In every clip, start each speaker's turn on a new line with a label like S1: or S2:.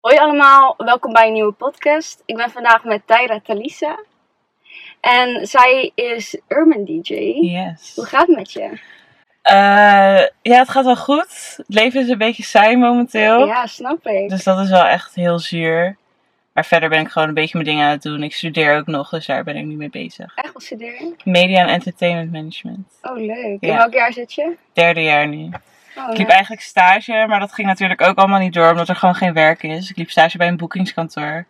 S1: Hoi allemaal, welkom bij een nieuwe podcast. Ik ben vandaag met Tyra Talisa. En zij is Urban DJ.
S2: Yes.
S1: Hoe gaat het met je?
S2: Eh, ja, het gaat wel goed. Het leven is een beetje saai momenteel.
S1: Ja, snap ik.
S2: Oh. Dus dat is wel echt heel zuur. Maar verder ben ik gewoon een beetje mijn dingen aan het doen. Ik studeer ook nog, dus daar ben ik nu mee bezig.
S1: Echt wel studeren?
S2: Media en entertainment management.
S1: Oh, leuk. In
S2: Ja.
S1: welk jaar zit je?
S2: Derde jaar nu.
S1: Oh,
S2: Ik
S1: leuk.
S2: liep eigenlijk stage, maar dat ging natuurlijk ook allemaal niet door, omdat er gewoon geen werk is. Ik liep stage bij een boekingskantoor.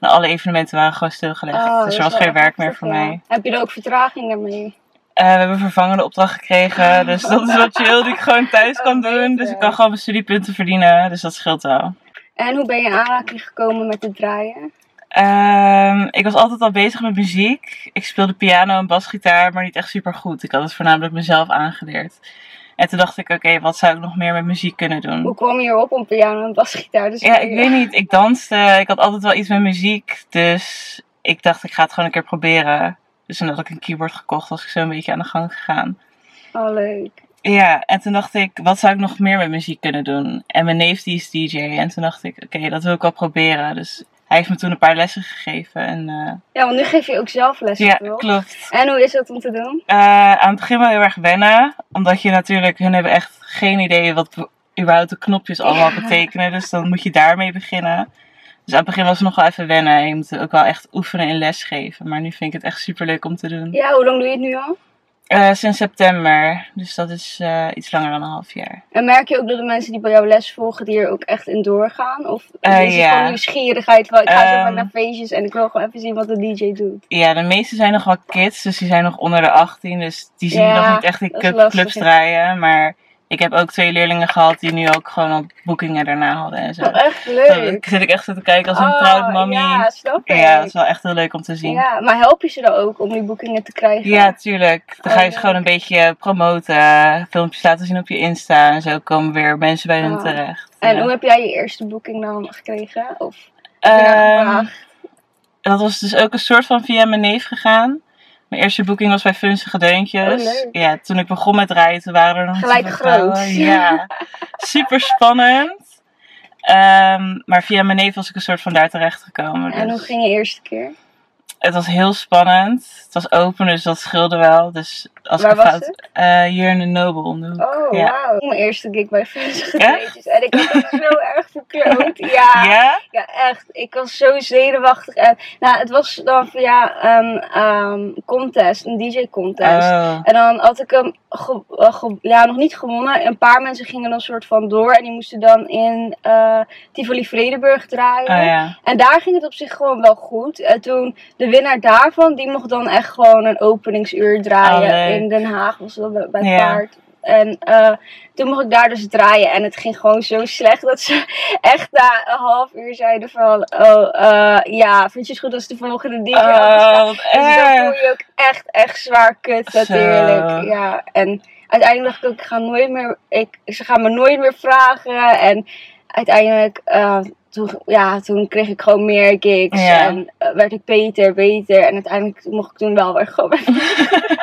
S2: En alle evenementen waren gewoon stilgelegd.
S1: Oh, dat
S2: dus
S1: is
S2: er was
S1: wel
S2: geen
S1: echt
S2: werk meer
S1: heftig,
S2: voor
S1: ja.
S2: mij.
S1: Heb je er ook vertraging daarmee?
S2: Eh, we hebben een vervangende opdracht gekregen. Dus dat is wat chill die ik gewoon thuis
S1: Oh,
S2: kan doen. Dus
S1: beter.
S2: ik kan gewoon mijn studiepunten verdienen. Dus dat scheelt wel.
S1: En hoe ben je in aanraking gekomen met het draaien?
S2: Ehm, ik was altijd al bezig met muziek. Ik speelde piano en basgitaar, maar niet echt super goed. Ik had het voornamelijk mezelf aangeleerd. En toen dacht ik, oké, wat zou ik nog meer met muziek kunnen
S1: Hoe
S2: doen?
S1: kwam je erop om piano en basgitaar te
S2: Hm. Ja,
S1: spelen?
S2: ik weet niet. Ik danste. Ik had altijd wel iets met muziek. Dus ik dacht, ik ga het gewoon een keer proberen. Dus toen had ik een keyboard gekocht, was ik zo een beetje aan de gang gegaan.
S1: Oh, leuk.
S2: Ja, en toen dacht ik, wat zou ik nog meer met muziek kunnen doen? En mijn neef die is DJ. En toen dacht ik, oké, dat wil ik wel proberen. Dus hij heeft me toen een paar lessen gegeven. En, eh,
S1: Ja, want nu geef je ook zelf les,
S2: ja,
S1: toch?
S2: klopt.
S1: En hoe is dat om te doen?
S2: Eh, aan het begin wel heel erg wennen. Omdat je natuurlijk, hun hebben echt geen idee wat be- überhaupt de knopjes allemaal
S1: Ja.
S2: betekenen. Dus dan moet je daarmee beginnen. Dus aan het begin was het nog wel even wennen. En je moet ook wel echt oefenen en lesgeven. Maar nu vind ik het echt superleuk om te doen.
S1: Ja, hoe lang doe je het nu al?
S2: Eh, sinds september. Dus dat is eh, iets langer dan een half jaar.
S1: En merk je ook dat de mensen die bij jou les volgen, die er ook echt in doorgaan? Of
S2: Eh,
S1: is het
S2: ja.
S1: gewoon nieuwsgierigheid van, ik ga zo maar
S2: Ehm.
S1: naar feestjes en ik wil gewoon even zien wat de DJ doet.
S2: Ja, de meeste zijn nog wel kids, dus die zijn nog onder de 18. Dus die zien
S1: Ja,
S2: je nog niet echt in
S1: dat is
S2: club-
S1: lastig,
S2: clubs
S1: ja.
S2: draaien. Maar ik heb ook twee leerlingen gehad die nu ook gewoon al boekingen daarna hadden en zo.
S1: Oh, echt
S2: Dan
S1: leuk.
S2: zit ik echt zo te kijken als een
S1: Oh,
S2: proud mommy.
S1: Ja,
S2: Ja,
S1: snap ik.
S2: dat is wel echt heel leuk om te zien. Ja,
S1: Ja, maar help je ze dan ook om die boekingen te krijgen?
S2: tuurlijk. Dan
S1: Oh,
S2: ga je ze
S1: leuk.
S2: gewoon een beetje eh, promoten, filmpjes laten zien op je Insta en zo komen weer mensen bij hun
S1: Oh.
S2: terecht.
S1: En
S2: Ja.
S1: hoe heb jij je eerste boeking dan gekregen? Of heb je daar
S2: Ehm,
S1: gevraagd?
S2: dat was dus ook een soort van via mijn neef gegaan. Mijn eerste boeking was bij Funstige Deuntjes.
S1: Oh, leuk.
S2: ja, toen ik begon met rijden, toen waren er nog niet
S1: Gelijk
S2: zoveel vrouwen.
S1: groot.
S2: Ja, super spannend. Ehm, maar via mijn neef was ik een soort van daar terecht gekomen. Dus
S1: En hoe ging je eerste keer?
S2: Het was heel spannend. Het was open, dus dat scheelde wel. Dus als
S1: Waar
S2: ik
S1: was
S2: een fout. eh, hier in de Nobel om de hoek.
S1: Oh,
S2: Ja.
S1: wauw. Mijn eerste gig bij Funstige
S2: Echt?
S1: Deetjes. En ik was zo erg verkloot. Ja.
S2: Ja?
S1: Ja, echt. Ik was zo zenuwachtig. En, nou, het was dan via een ehm, contest, een DJ-contest.
S2: Oh.
S1: En dan had ik hem ge- eh, ge- ja, nog niet gewonnen. Een paar mensen gingen dan soort van door. En die moesten dan in eh, Tivoli Vredenburg draaien.
S2: Oh ja.
S1: En daar ging het op zich gewoon wel goed. En toen de winnaar daarvan, die mocht dan echt gewoon een openingsuur draaien.
S2: Oh, leuk.
S1: in Den Haag was dat bij, bij
S2: Ja.
S1: Paard. En eh, toen mocht ik daar dus draaien. En het ging gewoon zo slecht dat ze echt na een half uur zeiden van... Oh, eh, ja, vind je het goed als de volgende DJ anders
S2: Oh, wat
S1: dus dan voel
S2: erg.
S1: je ook echt, echt zwaar kut
S2: Zo.
S1: natuurlijk. Ja, en uiteindelijk dacht ik ook, ik ga nooit meer, ik, ze gaan me nooit meer vragen. En uiteindelijk, eh, toen, ja, toen kreeg ik gewoon meer gigs.
S2: Ja.
S1: En eh, werd ik beter, beter. En uiteindelijk mocht ik toen wel weer gewoon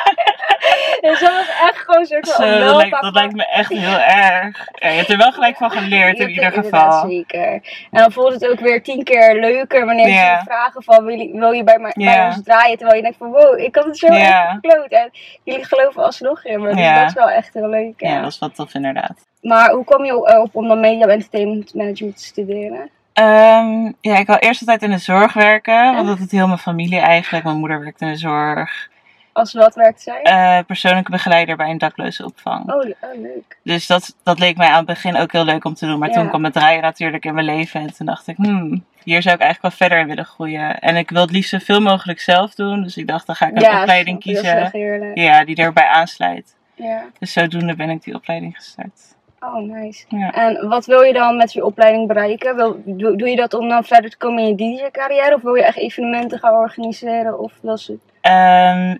S1: Dus dat was echt gewoon een soort van
S2: Zo, dat,
S1: onloopbaan
S2: lijkt, dat
S1: van-
S2: lijkt me echt heel erg. Ja, je hebt er wel gelijk van geleerd in
S1: Ja,
S2: ieder
S1: inderdaad,
S2: geval.
S1: Zeker. En dan voelt het ook weer tien keer leuker wanneer ze
S2: Ja.
S1: je vragen van wil je, wil je bij, mij- bij
S2: Ja.
S1: ons draaien. Terwijl je denkt van wow, ik had het zo
S2: Ja.
S1: echt gekloot. En jullie geloven alsnog in me. Dus
S2: Ja.
S1: dat is wel echt heel leuk. Ja.
S2: Ja, dat is wel tof inderdaad.
S1: Maar hoe kwam je erop om dan media en entertainment management te studeren?
S2: Ehm, ja, ik wil eerst altijd in de zorg werken, want dat doet heel mijn familie eigenlijk. Mijn moeder werkt in de zorg.
S1: Als wat werkt zij?
S2: Eh, persoonlijke begeleider bij een dakloze opvang.
S1: Oh, le- oh, leuk.
S2: Dus dat, dat leek mij aan het begin ook heel leuk om te doen. Maar
S1: Ja.
S2: toen kwam het draaien natuurlijk in mijn leven. En toen dacht ik, hmm, hier zou ik eigenlijk wel verder in willen groeien. En ik wil het liefst zoveel mogelijk zelf doen. Dus ik dacht, dan ga ik een opleiding
S1: snap je, Dat is
S2: kiezen.
S1: echt heerlijk.
S2: Ja, die erbij aansluit.
S1: Ja.
S2: Dus zodoende ben ik die opleiding gestart.
S1: Oh, nice.
S2: Ja.
S1: En wat wil je dan met je opleiding bereiken? Wil, doe, doe je dat om dan verder te komen in je DJ-carrière? Of wil je echt evenementen gaan organiseren? Of wil ze...
S2: Ehm,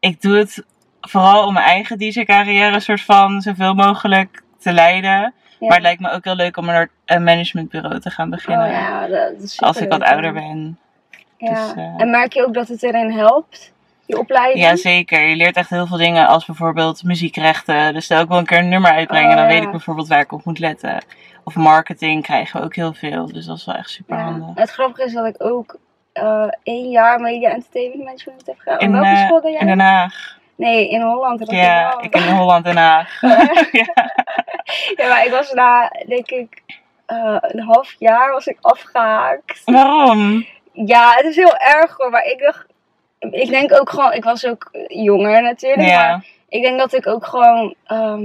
S2: ik doe het vooral om mijn eigen DJ-carrière soort van zoveel mogelijk te leiden.
S1: Ja.
S2: Maar het lijkt me ook heel leuk om naar een managementbureau te gaan beginnen.
S1: Oh ja, dat is
S2: nou? als ik wat
S1: superleuk,
S2: ouder
S1: ja.
S2: ben.
S1: Ja.
S2: Dus, eh,
S1: En merk je ook dat het erin helpt? je opleiding?
S2: Ja, zeker. Je leert echt heel veel dingen als bijvoorbeeld muziekrechten. Dus stel ik wil een keer een nummer uitbrengen,
S1: Oh,
S2: dan
S1: ja.
S2: weet ik bijvoorbeeld waar ik op moet letten. Of marketing krijgen we ook heel veel. Dus dat is wel echt super handig.
S1: Ja. Het grappige is dat ik ook eh, één jaar media entertainment management heb gedaan.
S2: In,
S1: Oh, Welke
S2: eh,
S1: school deed jij?
S2: In Den Haag.
S1: Nee, in Holland. Rotterdam.
S2: Ja, ik in Holland Den Haag. ja.
S1: Ja, maar ik was na, denk ik, eh, een half jaar was ik afgehaakt.
S2: Waarom?
S1: Ja, het is heel erg hoor, maar ik dacht... Ik denk ook gewoon... Ik was ook jonger natuurlijk, maar
S2: Ja.
S1: ik denk dat ik ook gewoon. ehm,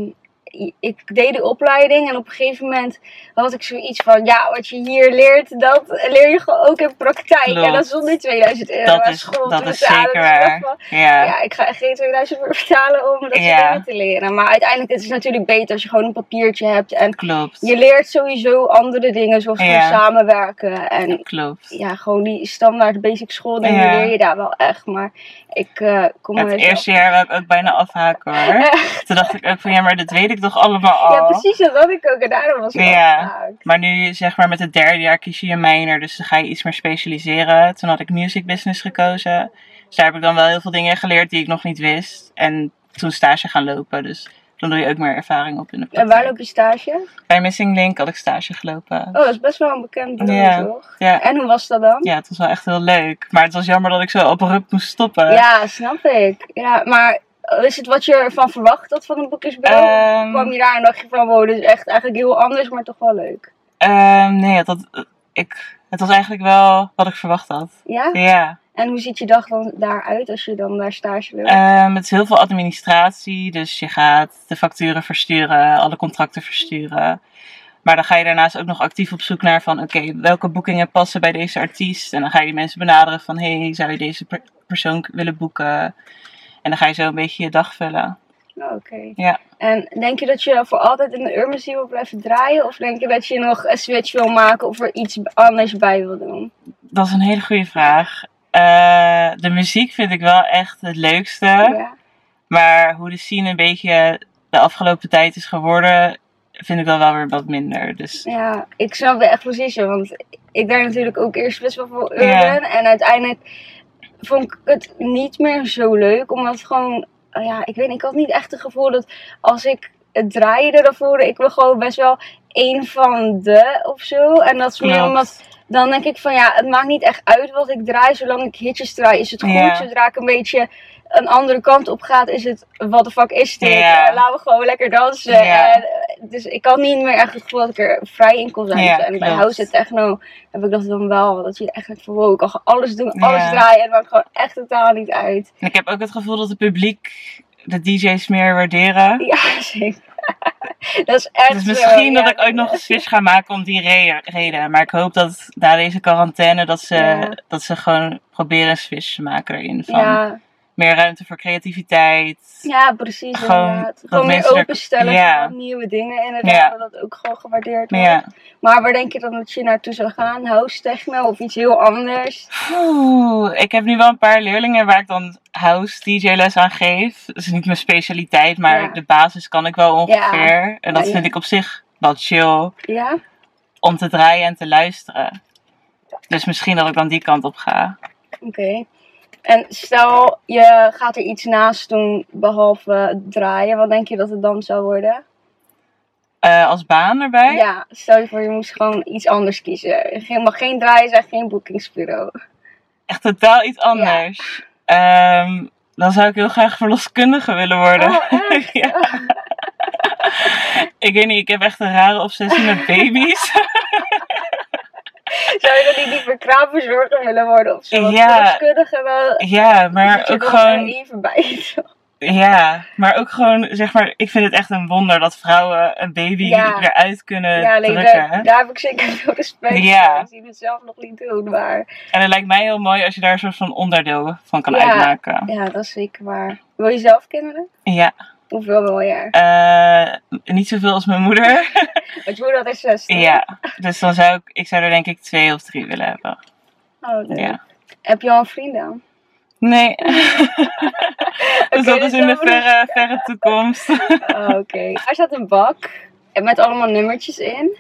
S1: i- ik deed de opleiding en op een gegeven moment had ik zoiets van: ja, wat je hier leert, dat leer je gewoon ook in praktijk.
S2: Klopt.
S1: En dat zonder 2000 euro
S2: Dat
S1: aan
S2: is-
S1: school
S2: dat
S1: te
S2: is
S1: betalen.
S2: zeker
S1: Dus ik dacht
S2: waar.
S1: van,
S2: Ja.
S1: Ja, ik ga echt geen 2000 euro betalen om dat soort
S2: Ja.
S1: dingen te leren. Maar uiteindelijk het is het natuurlijk beter als je gewoon een papiertje hebt. En
S2: klopt.
S1: je leert sowieso andere dingen, zoals
S2: Ja.
S1: gewoon samenwerken. En
S2: Klopt.
S1: ja, gewoon die standaard basic school, dingen
S2: Ja.
S1: leer je daar wel echt. Maar ik eh, kom
S2: Het
S1: er zelf-
S2: eerste jaar wou ik ook bijna afhaken hoor. Toen dacht ik ook van ja, maar dat weet ik toch allemaal al.
S1: Ja, precies, dat had ik ook. En daarom was ik
S2: Oh. Ja.
S1: afgehaakt.
S2: Maar nu, zeg maar, met het derde jaar kies je je minor, dus dan ga je iets meer specialiseren. Toen had ik music business gekozen. Dus daar heb ik dan wel heel veel dingen geleerd die ik nog niet wist. En toen stage gaan lopen, dus dan doe je ook meer ervaring op in de
S1: En
S2: praktijk.
S1: waar loop je stage?
S2: Bij Missing Link had ik stage gelopen.
S1: Oh, dat is best wel een bekend bureau,
S2: Ja.
S1: toch?
S2: Ja,
S1: En hoe was dat dan?
S2: ja, het was wel echt heel leuk. Maar het was jammer dat ik zo abrupt moest stoppen.
S1: Ja, snap ik. Ja, maar is het wat je ervan verwacht had van een boekjesbureau?
S2: Ehm,
S1: kwam je daar en dacht je van, wow, dit is echt eigenlijk heel anders, maar toch wel leuk.
S2: ehm, nee, het, had- ik, het was eigenlijk wel wat ik verwacht had.
S1: Ja?
S2: Ja.
S1: En hoe ziet je dag dan daaruit als je dan daar stage loopt?
S2: Ehm, het is heel veel administratie, dus je gaat de facturen versturen, alle contracten versturen. Maar dan ga je daarnaast ook nog actief op zoek naar van, oké, welke boekingen passen bij deze artiest? En dan ga je die mensen benaderen van, hé, hey, zou je deze per- persoon k- willen boeken? En dan ga je zo een beetje je dag vullen.
S1: Oh, Oké.
S2: Ja.
S1: En denk je dat je voor altijd in de urgency wil blijven draaien? Of denk je dat je nog een switch wil maken of er iets anders bij wil doen?
S2: Dat is een hele goede vraag. Eh, de muziek vind ik wel echt het leukste.
S1: Ja.
S2: Maar hoe de scene een beetje de afgelopen tijd is geworden, vind ik dan wel weer wat minder. Dus
S1: Ja, ik snap het echt precies, joh, want ik deed natuurlijk ook eerst best wel veel urban.
S2: Ja.
S1: En uiteindelijk vond ik het niet meer zo leuk, omdat het gewoon, oh ja, ik weet niet, ik had niet echt het gevoel dat als ik het draaide, dan voelde ik me gewoon best wel één van de of zo. En dat is meer
S2: Klopt.
S1: omdat, dan denk ik van ja, het maakt niet echt uit wat ik draai, zolang ik hitjes draai is het goed.
S2: Ja.
S1: Zodra ik een beetje een andere kant op gaat, is het, what the fuck is dit?
S2: Ja.
S1: Eh, laten we gewoon lekker dansen.
S2: Ja.
S1: En, eh, dus ik had niet meer echt het gevoel dat ik er vrij in kon zijn.
S2: Ja,
S1: en bij
S2: klopt.
S1: House en Techno heb ik dat dan wel. Dat je echt denkt van wow, ik kan gewoon alles doen,
S2: Ja.
S1: alles draaien. En het maakt gewoon echt totaal niet uit.
S2: En ik heb ook het gevoel dat het publiek de DJ's meer waarderen.
S1: Ja, zeker. dat is echt
S2: Dus
S1: zo,
S2: misschien
S1: ja.
S2: dat ik ook nog een switch ga maken om die re- reden. Maar ik hoop dat na deze quarantaine dat ze,
S1: Ja.
S2: dat ze gewoon proberen een switch te maken erin. Van
S1: Ja,
S2: meer ruimte voor creativiteit.
S1: ja, precies
S2: Gewoon
S1: inderdaad.
S2: dat
S1: Gewoon meer
S2: mensen er-
S1: openstellen
S2: Ja.
S1: voor nieuwe dingen. Inderdaad,
S2: Ja.
S1: dat dat ook gewoon gewaardeerd
S2: Maar
S1: wordt.
S2: ja,
S1: Maar waar denk je dan dat je naartoe zou gaan? House Techno of iets heel anders?
S2: Oeh, ik heb nu wel een paar leerlingen waar ik dan house DJ les aan geef. Dat is niet mijn specialiteit, maar
S1: Ja.
S2: de basis kan ik wel ongeveer. En dat
S1: Ja, ja.
S2: vind ik op zich wel chill
S1: Ja?
S2: om te draaien en te luisteren. Dus misschien dat ik dan die kant op ga.
S1: Oké. En stel, je gaat er iets naast doen behalve draaien. Wat denk je dat het dan zou worden?
S2: Eh, als baan erbij?
S1: Ja, stel je voor je moest gewoon iets anders kiezen. Geen, mag geen draaien zijn, geen boekingsbureau.
S2: Echt totaal iets anders. Ehm, dan zou ik heel graag verloskundige willen worden.
S1: Oh, echt?
S2: ja. ik weet niet, ik heb echt een rare obsessie met baby's.
S1: Zou je dan niet liever kraamverzorger willen worden of zo? Want
S2: Ja.
S1: verloskundige wel...
S2: ja,
S1: zit
S2: maar
S1: je
S2: ook
S1: dan
S2: gewoon...
S1: Even bij.
S2: Ja, maar ook gewoon, zeg maar, ik vind het echt een wonder dat vrouwen een baby
S1: Ja.
S2: eruit kunnen
S1: ja, nee,
S2: eh, drukken.
S1: daar, daar heb ik zeker veel respect
S2: Ja.
S1: voor. Ik zie het zelf nog niet doen, maar...
S2: En het lijkt mij heel mooi als je daar een soort van onderdeel van kan
S1: Ja.
S2: uitmaken.
S1: Ja, dat is zeker waar. Wil je zelf kinderen?
S2: Ja,
S1: Hoeveel wil je?
S2: eh, niet zoveel als mijn moeder.
S1: Want je moeder is zes, toch?
S2: ja, dus dan zou ik, ik zou er denk ik twee of drie willen hebben.
S1: Oh, leuk.
S2: Ja.
S1: Heb je al een vriend dan?
S2: Nee. dus dat
S1: dus
S2: is in de
S1: dan-
S2: verre, verre toekomst.
S1: Oh, Oké. Daar staat een bak en met allemaal nummertjes in.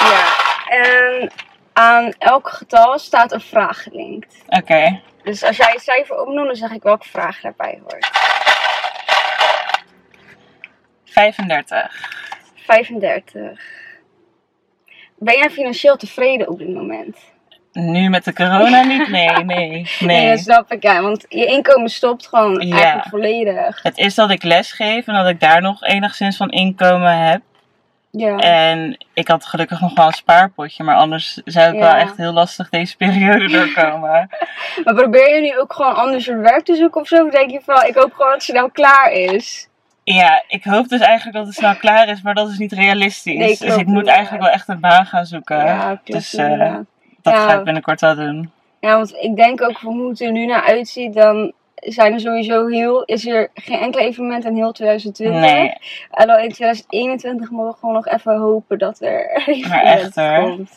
S1: Ja. En aan elk getal staat een vraag gelinkt.
S2: Oké.
S1: Dus als jij het cijfer opnoemt, dan zeg ik welke vraag daarbij hoort.
S2: 35.
S1: 35. Ben jij financieel tevreden op dit moment?
S2: Nu met de corona niet? Nee, nee,
S1: Nee, dat
S2: nee.
S1: snap ik, ja. Want je inkomen stopt gewoon
S2: Ja.
S1: eigenlijk volledig.
S2: Het is dat ik lesgeef en dat ik daar nog enigszins van inkomen heb.
S1: Ja.
S2: En ik had gelukkig nog wel een spaarpotje, maar anders zou ik
S1: Ja.
S2: wel echt heel lastig deze periode doorkomen.
S1: Maar probeer je nu ook gewoon anders een werk te zoeken of zo? Of denk je van, ik hoop gewoon dat het snel klaar is?
S2: ja, ik hoop dus eigenlijk dat het snel klaar is, maar dat is niet realistisch.
S1: Nee,
S2: dus
S1: klopt,
S2: ik moet
S1: inderdaad.
S2: eigenlijk wel echt een baan gaan zoeken.
S1: klopt,
S2: dus eh,
S1: inderdaad.
S2: dat
S1: Ja.
S2: ga ik binnenkort wel doen.
S1: Ja, want ik denk ook van hoe het er nu naar uitziet, dan zijn er sowieso heel, is er geen enkel evenement in heel 2020.
S2: Nee,
S1: Alhoewel in 2021 mogen we gewoon nog even hopen dat er evenement
S2: echt, hoor.
S1: komt.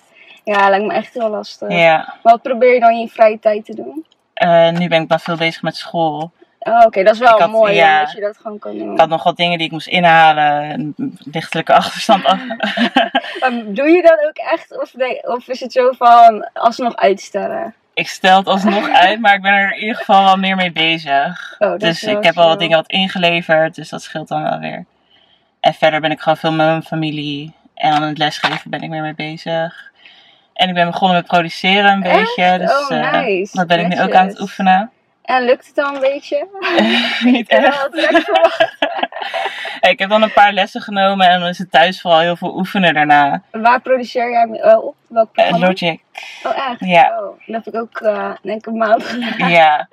S1: Ja, lijkt me echt heel lastig.
S2: ja.
S1: Wat probeer je dan in je vrije tijd te doen?
S2: Eh, nu ben ik wel veel bezig met school.
S1: Oh, Oké, dat is wel
S2: Ik had-
S1: mooi hè,
S2: ja.
S1: dat je dat gewoon kan doen.
S2: Ik had nog wat dingen die ik moest inhalen. Een lichtelijke achterstand af.
S1: Maar doe je dat ook echt? Of, nee, of is het zo van alsnog uitstellen?
S2: ik stel het alsnog uit, maar ik ben er in ieder geval wel meer mee bezig.
S1: Oh, dat
S2: Dus
S1: is wel
S2: ik heb al wat
S1: chill.
S2: dingen wat ingeleverd, dus dat scheelt dan wel weer. En verder ben ik gewoon veel met mijn familie en aan het lesgeven ben ik meer mee bezig. En ik ben begonnen met produceren een
S1: Echt?
S2: beetje, dus
S1: Oh,
S2: eh,
S1: nice.
S2: dat ben ik nu ook
S1: Netjes.
S2: aan het oefenen.
S1: En lukt het dan een beetje?
S2: Niet
S1: Ja,
S2: echt.
S1: dat had ik verwacht.
S2: Ik heb dan een paar lessen genomen en dan is het thuis vooral heel veel oefenen daarna.
S1: Waar produceer jij wel op? Welk
S2: Eh,
S1: programma?
S2: Logic,
S1: Oh, echt?
S2: ja.
S1: Oh, dat heb ik ook eh, denk ik een maand gedaan.
S2: Ja.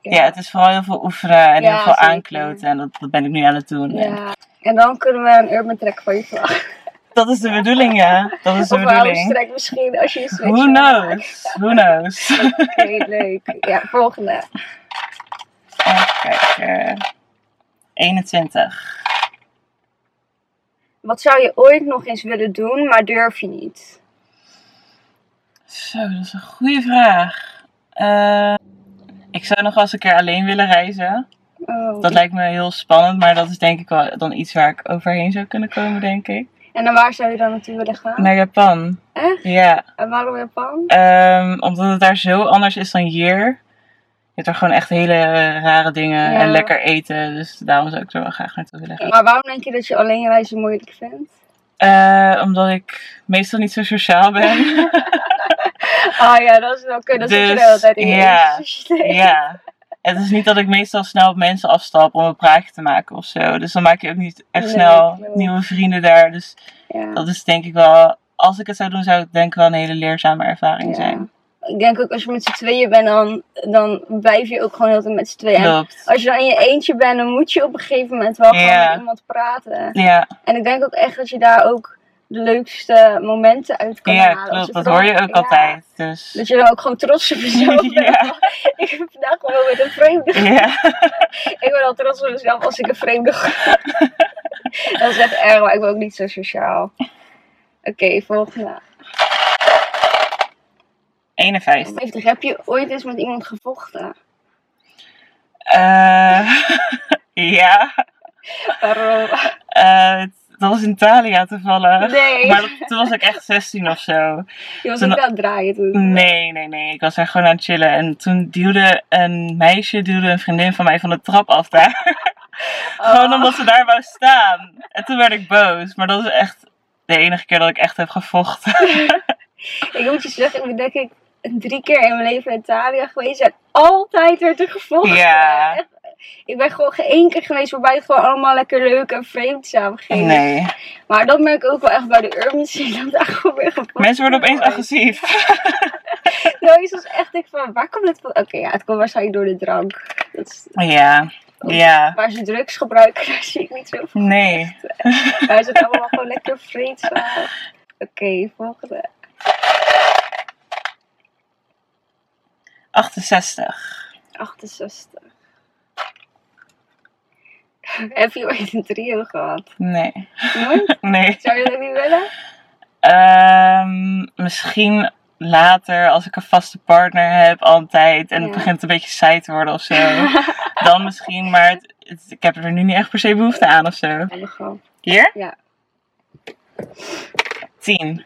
S2: ja, het is vooral heel veel oefenen en
S1: Ja,
S2: heel veel
S1: zeker.
S2: aankloten en dat, dat ben ik nu aan het doen.
S1: Ja. En dan kunnen we een urban track van je vragen.
S2: Dat is de bedoeling, ja. Dat is de
S1: Of een house
S2: bedoeling.
S1: track misschien, als je een switch
S2: Who
S1: maakt.
S2: knows? Who knows?
S1: Oké, leuk. Ja, volgende.
S2: Even kijken. 21.
S1: Wat zou je ooit nog eens willen doen, maar durf je niet?
S2: Zo, dat is een goede vraag. Eh, ik zou nog wel eens een keer alleen willen reizen.
S1: Oh.
S2: Dat lijkt me heel spannend, maar dat is denk ik wel dan iets waar ik overheen zou kunnen komen, denk ik.
S1: En dan waar zou je dan naartoe willen gaan?
S2: Naar Japan.
S1: Echt?
S2: Ja,
S1: En waarom Japan?
S2: ehm, omdat het daar zo anders is dan hier. Je hebt daar gewoon echt hele eh, rare dingen
S1: Ja.
S2: en lekker eten. Dus daarom zou ik er wel graag naartoe willen gaan.
S1: Maar waarom denk je dat je alleen reizen moeilijk vindt?
S2: Eh, omdat ik meestal niet zo sociaal ben.
S1: Ah ja, dat is wel kunnen. Dat zit je
S2: Dus,
S1: de hele tijd in. je
S2: ja.
S1: systeem.
S2: ja. Het is niet dat ik meestal snel op mensen afstap om een praatje te maken of zo. Dus dan maak je ook niet echt
S1: Nee,
S2: snel
S1: klopt.
S2: nieuwe vrienden daar. Dus
S1: Ja.
S2: dat is denk ik wel, als ik het zou doen, zou het denk ik wel een hele leerzame ervaring zijn.
S1: Ja. Ik denk ook als je met z'n tweeën bent, dan, dan blijf je ook gewoon heel de tijd met z'n tweeën. En
S2: Klopt.
S1: Als je dan in je eentje bent, dan moet je op een gegeven moment wel gewoon
S2: Ja.
S1: met iemand praten.
S2: Ja,
S1: En ik denk ook echt dat je daar ook de leukste momenten uit kan
S2: ja
S1: halen. Als
S2: klopt.
S1: het
S2: Dat
S1: dan-
S2: hoor je
S1: ja,
S2: ook altijd. Dus
S1: Dat je dan ook gewoon trots op jezelf bent.
S2: Ja.
S1: Ik heb vandaag gewoon met een vreemde.
S2: ja,
S1: Ik ben al trots op mezelf als ik een vreemde. groet. dat is echt erg, maar ik ben ook niet zo sociaal. Oké, volgende.
S2: 51.
S1: 50. Heb je ooit eens met iemand gevochten?
S2: Eh, ja,
S1: Waarom?
S2: eh, dat was in Italia toevallig.
S1: Nee.
S2: Maar dat- toen was ik echt 16 of zo.
S1: Je was
S2: Nou,
S1: niet aan het draaien toen.
S2: Nee, nee, nee. Ik was daar gewoon aan het chillen. En toen duwde een meisje, duwde een vriendin van mij van de trap af daar.
S1: Oh.
S2: gewoon omdat ze daar wou staan. En toen werd ik boos. Maar dat is echt de enige keer dat ik echt heb gevochten.
S1: Ik moet je zeggen, ik ben denk ik drie keer in mijn leven in Italië geweest en altijd werd er gevochten.
S2: Ja.
S1: Echt. Ik ben gewoon geen één keer geweest waarbij het gewoon allemaal lekker leuk en vreemd samen ging.
S2: Nee.
S1: Maar dat merk ik ook wel echt bij de urban scene, dat daar gewoon weer gevochten
S2: Mensen worden opeens
S1: wordt.
S2: agressief.
S1: Nou, is was echt ik van, waar komt het van? Oké, ja, het komt waarschijnlijk door de drank. Dat is,
S2: Ja. Ja.
S1: waar ze drugs gebruiken, daar zie ik niet zo van.
S2: Nee.
S1: Daar is het allemaal gewoon lekker vreedzaam. Oké, volgende.
S2: 68.
S1: 68. Heb je ooit een trio gehad?
S2: Nee.
S1: Nooit?
S2: Nee.
S1: Zou je dat niet willen?
S2: Ehm, misschien later, als ik een vaste partner heb, altijd. En het
S1: Ja.
S2: begint een beetje saai te worden of zo. dan misschien, maar het- het- ik heb er nu niet echt per se behoefte aan of zo.
S1: Ja, gewoon.
S2: Hier?
S1: Ja.
S2: 10.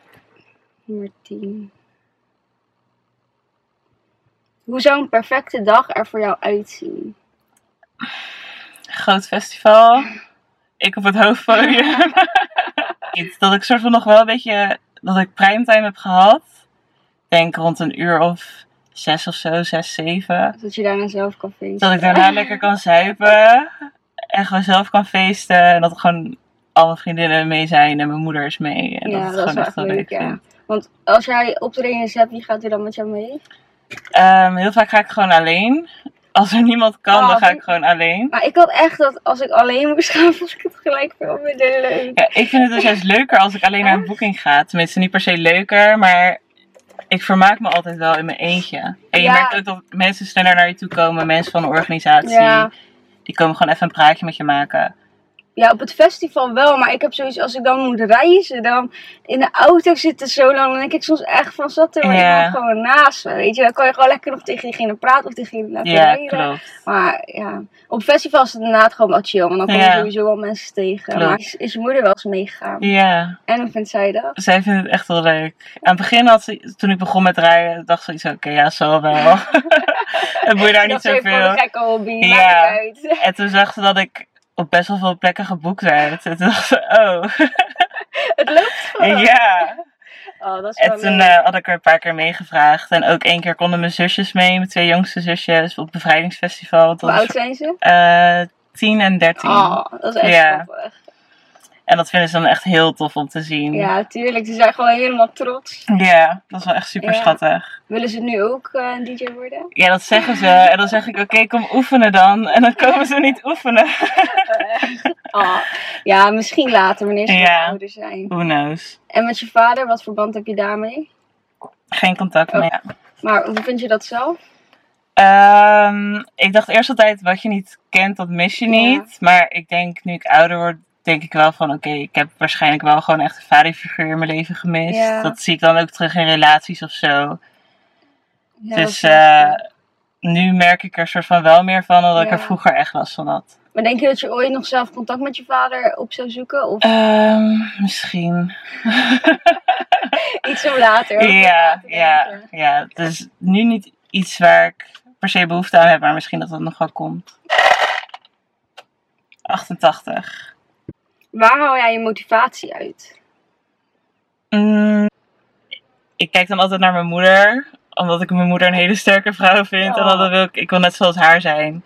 S1: Nummer 10. Hoe zou een perfecte dag er voor jou uitzien?
S2: Groot festival. Ik op het hoofdpodium. Iets dat ik soort van nog wel een beetje... Dat ik primetime heb gehad. Ik Denk rond een uur of zes of zo. Zes, zeven.
S1: Dat je daarna zelf kan feesten.
S2: Dat ik daarna lekker kan zuipen. En gewoon zelf kan feesten. En dat gewoon al mijn vriendinnen mee zijn. En mijn moeder is mee. En dat
S1: Ja,
S2: het
S1: dat is
S2: gewoon
S1: wel
S2: echt
S1: echt
S2: wel leuk
S1: leuk,
S2: vind.
S1: ja. Want als jij optredens hebt, wie gaat er dan met jou mee?
S2: Ehm, heel vaak ga ik gewoon alleen. Als er niemand kan,
S1: Oh,
S2: dan ga
S1: vind-
S2: ik gewoon alleen.
S1: Maar ik had echt dat als ik alleen moest gaan, vond ik het gelijk veel minder leuk.
S2: Ja, ik vind het dus juist leuker als ik alleen naar
S1: Oh.
S2: een boeking ga. Tenminste, niet per se leuker, maar ik vermaak me altijd wel in mijn eentje. En je
S1: Ja.
S2: merkt ook dat mensen sneller naar je toe komen. Mensen van de organisatie,
S1: Ja.
S2: die komen gewoon even een praatje met je maken.
S1: ja, op het festival wel, maar ik heb zoiets als ik dan moet reizen, dan in de auto zitten zo lang, dan denk ik soms echt van zat er maar
S2: Ja.
S1: iemand gewoon naast me, weet je. Dan kan je gewoon lekker nog tegen diegene praten of tegen diegene laten
S2: Ja,
S1: rijden.
S2: klopt.
S1: Maar ja, op festivals is het inderdaad gewoon wel chill, want dan kom je
S2: Ja.
S1: sowieso wel mensen tegen.
S2: Klopt.
S1: Maar is, is je moeder wel eens meegegaan?
S2: Ja,
S1: En hoe vindt zij dat?
S2: zij vindt het echt wel leuk. Aan het begin, had ze, toen ik begon met rijden, dacht ze iets oké, ja, zal wel. Het boeit daar niet
S1: dat ze heeft
S2: zoveel.
S1: gewoon een gekke hobby,
S2: Ja.
S1: maakt niet uit.
S2: En toen zag ze dat ik op best wel veel plekken geboekt werd. En toen dacht ze, oh,
S1: Het loopt gewoon.
S2: ja.
S1: Oh, dat is
S2: En
S1: wel
S2: toen
S1: leuk.
S2: eh, had ik er een paar keer meegevraagd. En ook één keer konden mijn zusjes mee, mijn twee jongste zusjes, op het bevrijdingsfestival.
S1: Hoe
S2: Dat
S1: oud
S2: was
S1: zijn ze?
S2: eh 10 en 13.
S1: Oh, dat is echt
S2: Ja.
S1: grappig.
S2: En dat vinden ze dan echt heel tof om te zien.
S1: Ja, tuurlijk. Ze zijn gewoon helemaal trots.
S2: Ja, dat is wel echt super
S1: Ja.
S2: schattig.
S1: Willen ze nu ook eh, een DJ worden?
S2: Ja, dat zeggen ze. En dan zeg ik, oké, kom oefenen dan. En dan komen ze niet oefenen.
S1: Oh, ja, misschien later, wanneer ze
S2: Ja.
S1: wat ouder zijn.
S2: Who knows.
S1: En met je vader, wat verband heb je daarmee?
S2: Geen contact
S1: Oh.
S2: meer.
S1: Maar hoe vind je dat zelf?
S2: Ehm, ik dacht eerst altijd, wat je niet kent, dat mis je
S1: Ja.
S2: niet. Maar ik denk, nu ik ouder word, denk ik wel van... Oké, ik heb waarschijnlijk wel gewoon echt een vaderfiguur in mijn leven gemist.
S1: Ja.
S2: Dat zie ik dan ook terug in relaties of zo.
S1: Ja,
S2: dus
S1: dat is lastig.
S2: eh, nu merk ik er soort van wel meer van... dan dat ik
S1: Ja.
S2: er vroeger echt last van had.
S1: Maar denk je dat je ooit nog zelf contact met je vader op zou zoeken? Of
S2: Ehm, misschien.
S1: iets om later? over na
S2: Ja,
S1: te
S2: ja,
S1: denken?
S2: ja. Dus nu niet iets waar ik per se behoefte aan heb... maar misschien dat dat nog wel komt. 88.
S1: Waar haal jij je motivatie uit?
S2: Mm, ik kijk dan altijd naar mijn moeder, omdat ik mijn moeder een hele sterke vrouw vind. En
S1: Oh.
S2: dan wil ik, ik wil net zoals haar zijn.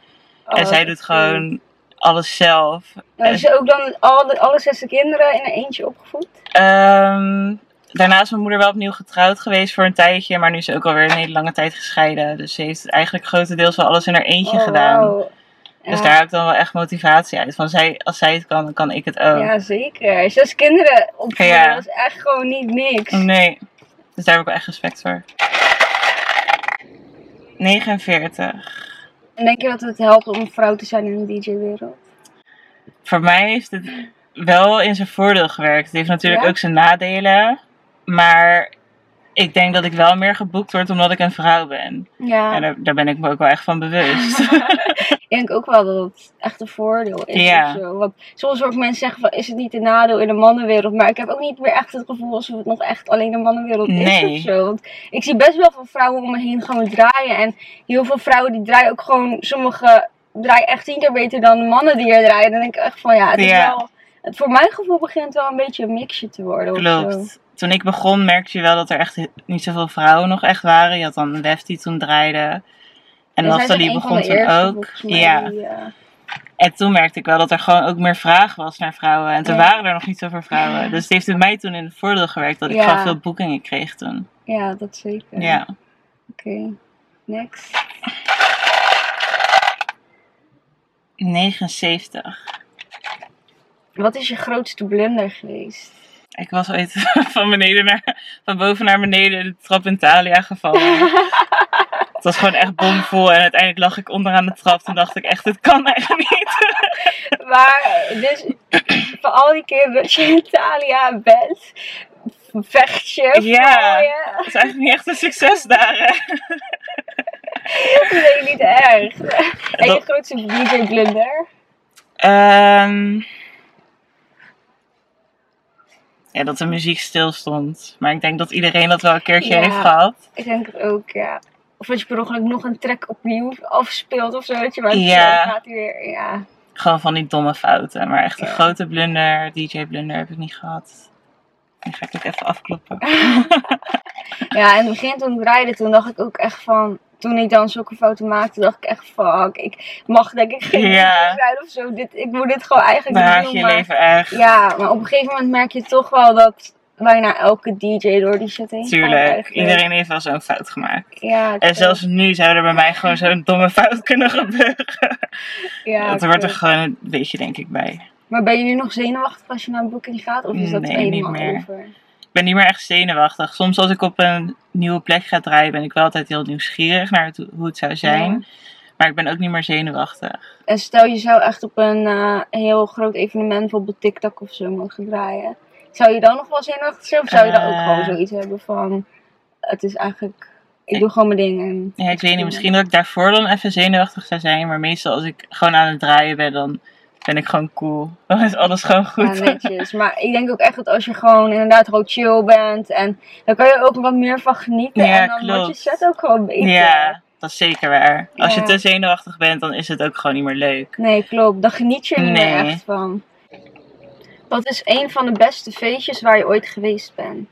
S2: en
S1: Oh,
S2: zij
S1: dat
S2: doet
S1: is
S2: gewoon alles zelf.
S1: Nou, is ze ook dan al de- alle zesde kinderen in een eentje opgevoed?
S2: Ehm, daarna is mijn moeder wel opnieuw getrouwd geweest voor een tijdje, maar nu is ze ook alweer een hele lange tijd gescheiden. Dus ze heeft eigenlijk grotendeels wel alles in haar eentje
S1: Oh,
S2: gedaan.
S1: wauw.
S2: Dus
S1: Ja.
S2: daar heb ik dan wel echt motivatie uit. Van zij, als zij het kan, dan kan ik het ook.
S1: Ja, zeker. Zes kinderen opvoeden,
S2: Ja.
S1: dat is echt gewoon niet niks.
S2: Nee. Dus daar heb ik wel echt respect voor. 49.
S1: En denk je dat het helpt om een vrouw te zijn in de DJ-wereld?
S2: voor mij heeft het wel in zijn voordeel gewerkt. Het heeft natuurlijk
S1: Ja?
S2: ook zijn nadelen. Maar ik denk dat ik wel meer geboekt word omdat ik een vrouw ben.
S1: Ja,
S2: En daar, daar ben ik me ook wel echt van bewust.
S1: ik denk ook wel dat het echt een voordeel is.
S2: Ja.
S1: of zo. Want soms hoor ik mensen zeggen van, is het niet een nadeel in de mannenwereld? Maar ik heb ook niet meer echt het gevoel alsof het nog echt alleen de mannenwereld
S2: Nee.
S1: is of zo. Want ik zie best wel veel vrouwen om me heen gewoon draaien. En heel veel vrouwen die draaien ook gewoon, sommige draaien echt tien keer beter dan de mannen die er draaien. Dan denk ik echt van, ja, het is
S2: Ja.
S1: wel... Het, voor mijn gevoel begint het wel een beetje een mixje te worden. of zo.
S2: Klopt. Toen ik begon merkte je wel dat er echt he- niet zoveel vrouwen nog echt waren. Je had dan Wef die toen draaide. En
S1: Ja, zij zijn
S2: Naftali
S1: een van
S2: begon
S1: de
S2: toen
S1: eerste,
S2: ook.
S1: volgens mij,
S2: Ja.
S1: die, eh,
S2: En toen merkte ik wel dat er gewoon ook meer vraag was naar vrouwen. En toen
S1: Ja.
S2: waren er nog niet zoveel vrouwen.
S1: Ja.
S2: Dus het heeft in mij toen in het voordeel gewerkt dat ik
S1: Ja.
S2: gewoon veel boekingen kreeg toen.
S1: ja, dat zeker.
S2: ja.
S1: Oké, next.
S2: 79.
S1: Wat is je grootste blunder geweest?
S2: Ik was ooit van beneden naar, van boven naar beneden de trap in Thalia gevallen. het was gewoon echt bomvol en uiteindelijk lag ik onderaan de trap. Toen dacht ik echt, dit kan echt niet.
S1: Maar, dus, voor al die keer dat je in Italia bent, vecht je,
S2: Ja.
S1: val je.
S2: Het is eigenlijk niet echt een succes daar. hè.
S1: Nee, niet erg. En je
S2: Dat-
S1: grootste DJ blunder?
S2: Ehm, ja, dat de muziek stil stond. Maar ik denk dat iedereen dat wel een keertje
S1: Ja.
S2: heeft gehad.
S1: Ik denk het ook, ja. Of dat je per ongeluk nog een track opnieuw afspeelt of zo. Dat je maar
S2: Ja.
S1: dan gaat hij weer. Ja.
S2: Gewoon van die domme fouten. Maar echt een
S1: Ja.
S2: grote blunder, DJ-blunder, heb ik niet gehad. Dan ga ik het even afkloppen.
S1: ja, in het begin toen ik draaide, toen dacht ik ook echt van. Toen ik dan zulke fouten maakte, dacht ik echt fuck. Ik mag denk ik geen
S2: Ja.
S1: DJ zijn of zo. Dit, ik moet dit gewoon eigenlijk
S2: Dan
S1: niet
S2: haat
S1: doen,
S2: Nou, je je
S1: maar-
S2: leven echt.
S1: Ja, maar op een gegeven moment merk je toch wel dat bijna elke DJ door die shit heen gaat
S2: Tuurlijk,
S1: eigenlijk.
S2: iedereen heeft wel zo'n fout gemaakt.
S1: Ja, ik
S2: En
S1: weet-
S2: zelfs nu zou er bij mij gewoon zo'n domme fout kunnen gebeuren.
S1: ja,
S2: dat
S1: ik
S2: hoort er
S1: weet.
S2: gewoon een beetje, denk ik, bij.
S1: Maar ben je nu nog zenuwachtig als je naar een boeking gaat? Of is dat
S2: Nee,
S1: helemaal
S2: niet meer.
S1: over?
S2: Ik ben niet meer echt zenuwachtig. Soms als ik op een nieuwe plek ga draaien, ben ik wel altijd heel nieuwsgierig naar het- hoe het zou zijn.
S1: Ja.
S2: Maar ik ben ook niet meer zenuwachtig.
S1: En stel je zou echt op een eh, heel groot evenement, bijvoorbeeld TikTok of zo, mogen draaien. Zou je dan nog wel zenuwachtig zijn? Of zou je dan ook
S2: Eh.
S1: gewoon zoiets hebben van, het is eigenlijk, ik doe gewoon mijn ding. En
S2: Ja, ik weet niet,
S1: Ja.
S2: misschien dat ik daarvoor dan even zenuwachtig zou zijn. Maar meestal als ik gewoon aan het draaien ben, dan ben ik gewoon cool. Dan is alles gewoon goed.
S1: Ja, netjes. Maar ik denk ook echt dat als je gewoon inderdaad gewoon chill bent. En dan kan je ook wat meer van genieten.
S2: Ja,
S1: en dan wordt je
S2: klopt.
S1: set ook gewoon beter.
S2: Ja, dat is zeker waar. Als
S1: eh, Ja.
S2: je te zenuwachtig bent, dan is het ook gewoon niet meer leuk.
S1: Nee, klopt. Dan geniet je er niet meer
S2: Nee.
S1: echt van. Wat is een van de beste feestjes waar je ooit geweest bent?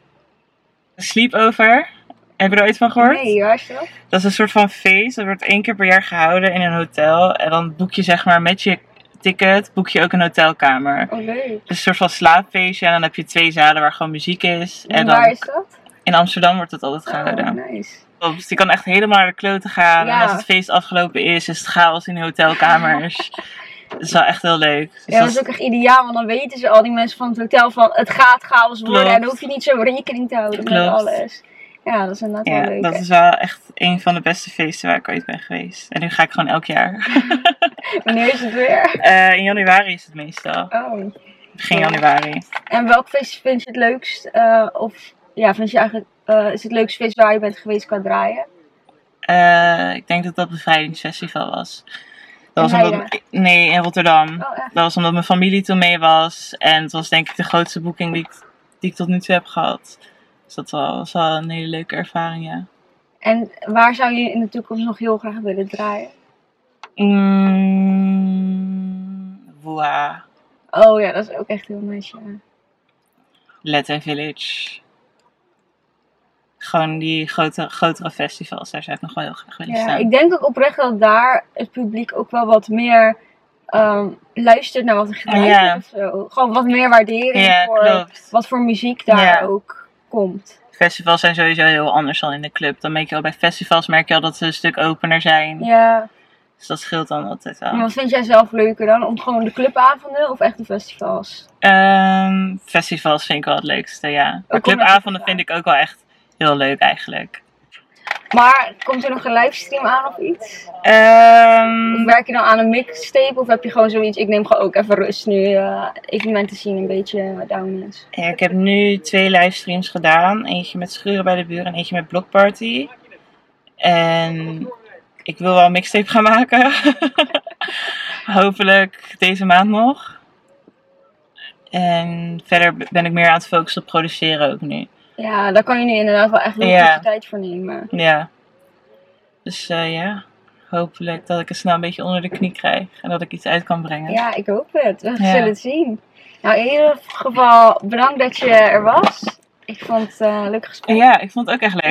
S2: Sleepover, heb je er ooit van gehoord?
S1: Nee, waar is dat?
S2: Dat is een soort van feest. Dat wordt één keer per jaar gehouden in een hotel. En dan boek je zeg maar met je ticket, boek je ook een hotelkamer. Het
S1: Oh, leuk.
S2: is een soort van slaapfeestje. En dan heb je twee zalen waar gewoon muziek is. En
S1: waar
S2: dan,
S1: is dat?
S2: in Amsterdam wordt dat altijd gehouden.
S1: Oh, nice.
S2: Dus die kan echt helemaal naar de kloten gaan.
S1: Ja.
S2: En als het feest afgelopen is, is het chaos in de hotelkamers. dat is wel echt heel leuk. Dus
S1: Ja, dat is ook echt ideaal, want dan weten ze al die mensen van het hotel van het gaat chaos worden.
S2: Klopt.
S1: En dan hoef je niet zo rekening te houden met
S2: Klopt.
S1: alles. Ja, dat is inderdaad wel
S2: ja,
S1: leuk.
S2: dat
S1: hè.
S2: is wel echt een van de beste feesten waar ik ooit ben geweest. En nu ga ik gewoon elk jaar.
S1: Wanneer is het weer?
S2: Eh, in januari is het meestal.
S1: Oh.
S2: Begin januari.
S1: En welk feest vind je het leukst? eh, of ja, vind je eigenlijk eh, is het leukste feest waar je bent geweest qua draaien?
S2: Eh, ik denk dat dat bevrijdingsfestival was. Dat was
S1: In Leiden?
S2: omdat, nee, in Rotterdam.
S1: Oh, echt?
S2: Dat was omdat mijn familie toen mee was. En het was denk ik de grootste boeking die ik, die ik tot nu toe heb gehad. Dus dat wel- was wel een hele leuke ervaring, ja.
S1: En waar zou je in de toekomst nog heel graag willen draaien?
S2: Mm, Woa.
S1: Oh ja, dat is ook echt heel nice. Ja.
S2: Letten Village. Gewoon die grote, grotere festivals, daar zou ik nog wel heel graag willen
S1: Ja,
S2: staan.
S1: ik denk ook oprecht dat daar het publiek ook wel wat meer ehm, luistert naar wat er gedaan
S2: Ja.
S1: wordt. of zo. Gewoon wat meer waardering
S2: ja,
S1: voor
S2: klopt.
S1: wat voor muziek daar
S2: Ja.
S1: ook komt.
S2: Festivals zijn sowieso heel anders dan in de club. Dan merk je al bij festivals merk je al dat ze een stuk opener zijn.
S1: Ja.
S2: Dus dat scheelt dan altijd wel.
S1: En wat vind jij zelf leuker dan? Om gewoon de clubavonden of echt de festivals?
S2: Ehm, festivals vind ik wel het leukste, ja. Maar
S1: omdat je
S2: clubavonden
S1: het
S2: vind ik ook wel echt heel leuk eigenlijk.
S1: Maar komt er nog een livestream aan of iets?
S2: Ehm,
S1: Of werk je dan aan een mixtape of heb je gewoon zoiets? Ik neem gewoon ook even rust nu. eh evenementen zien een beetje down is.
S2: ja, ik heb nu twee livestreams gedaan. Eentje met Schuren bij de Buren en eentje met Block Party. En ik wil wel een mixtape gaan maken. Hopelijk deze maand nog. En verder ben ik meer aan het focussen op produceren ook nu.
S1: Ja, daar kan je nu inderdaad wel echt heel
S2: Ja.
S1: goed je tijd voor nemen.
S2: Ja. Dus eh, ja, hopelijk dat ik het snel een beetje onder de knie krijg en dat ik iets uit kan brengen.
S1: Ja, ik hoop het. We
S2: Ja.
S1: zullen het zien. Nou, in ieder geval bedankt dat je er was. Ik vond het eh, een leuk gesprek.
S2: Ja, ik vond het ook echt leuk.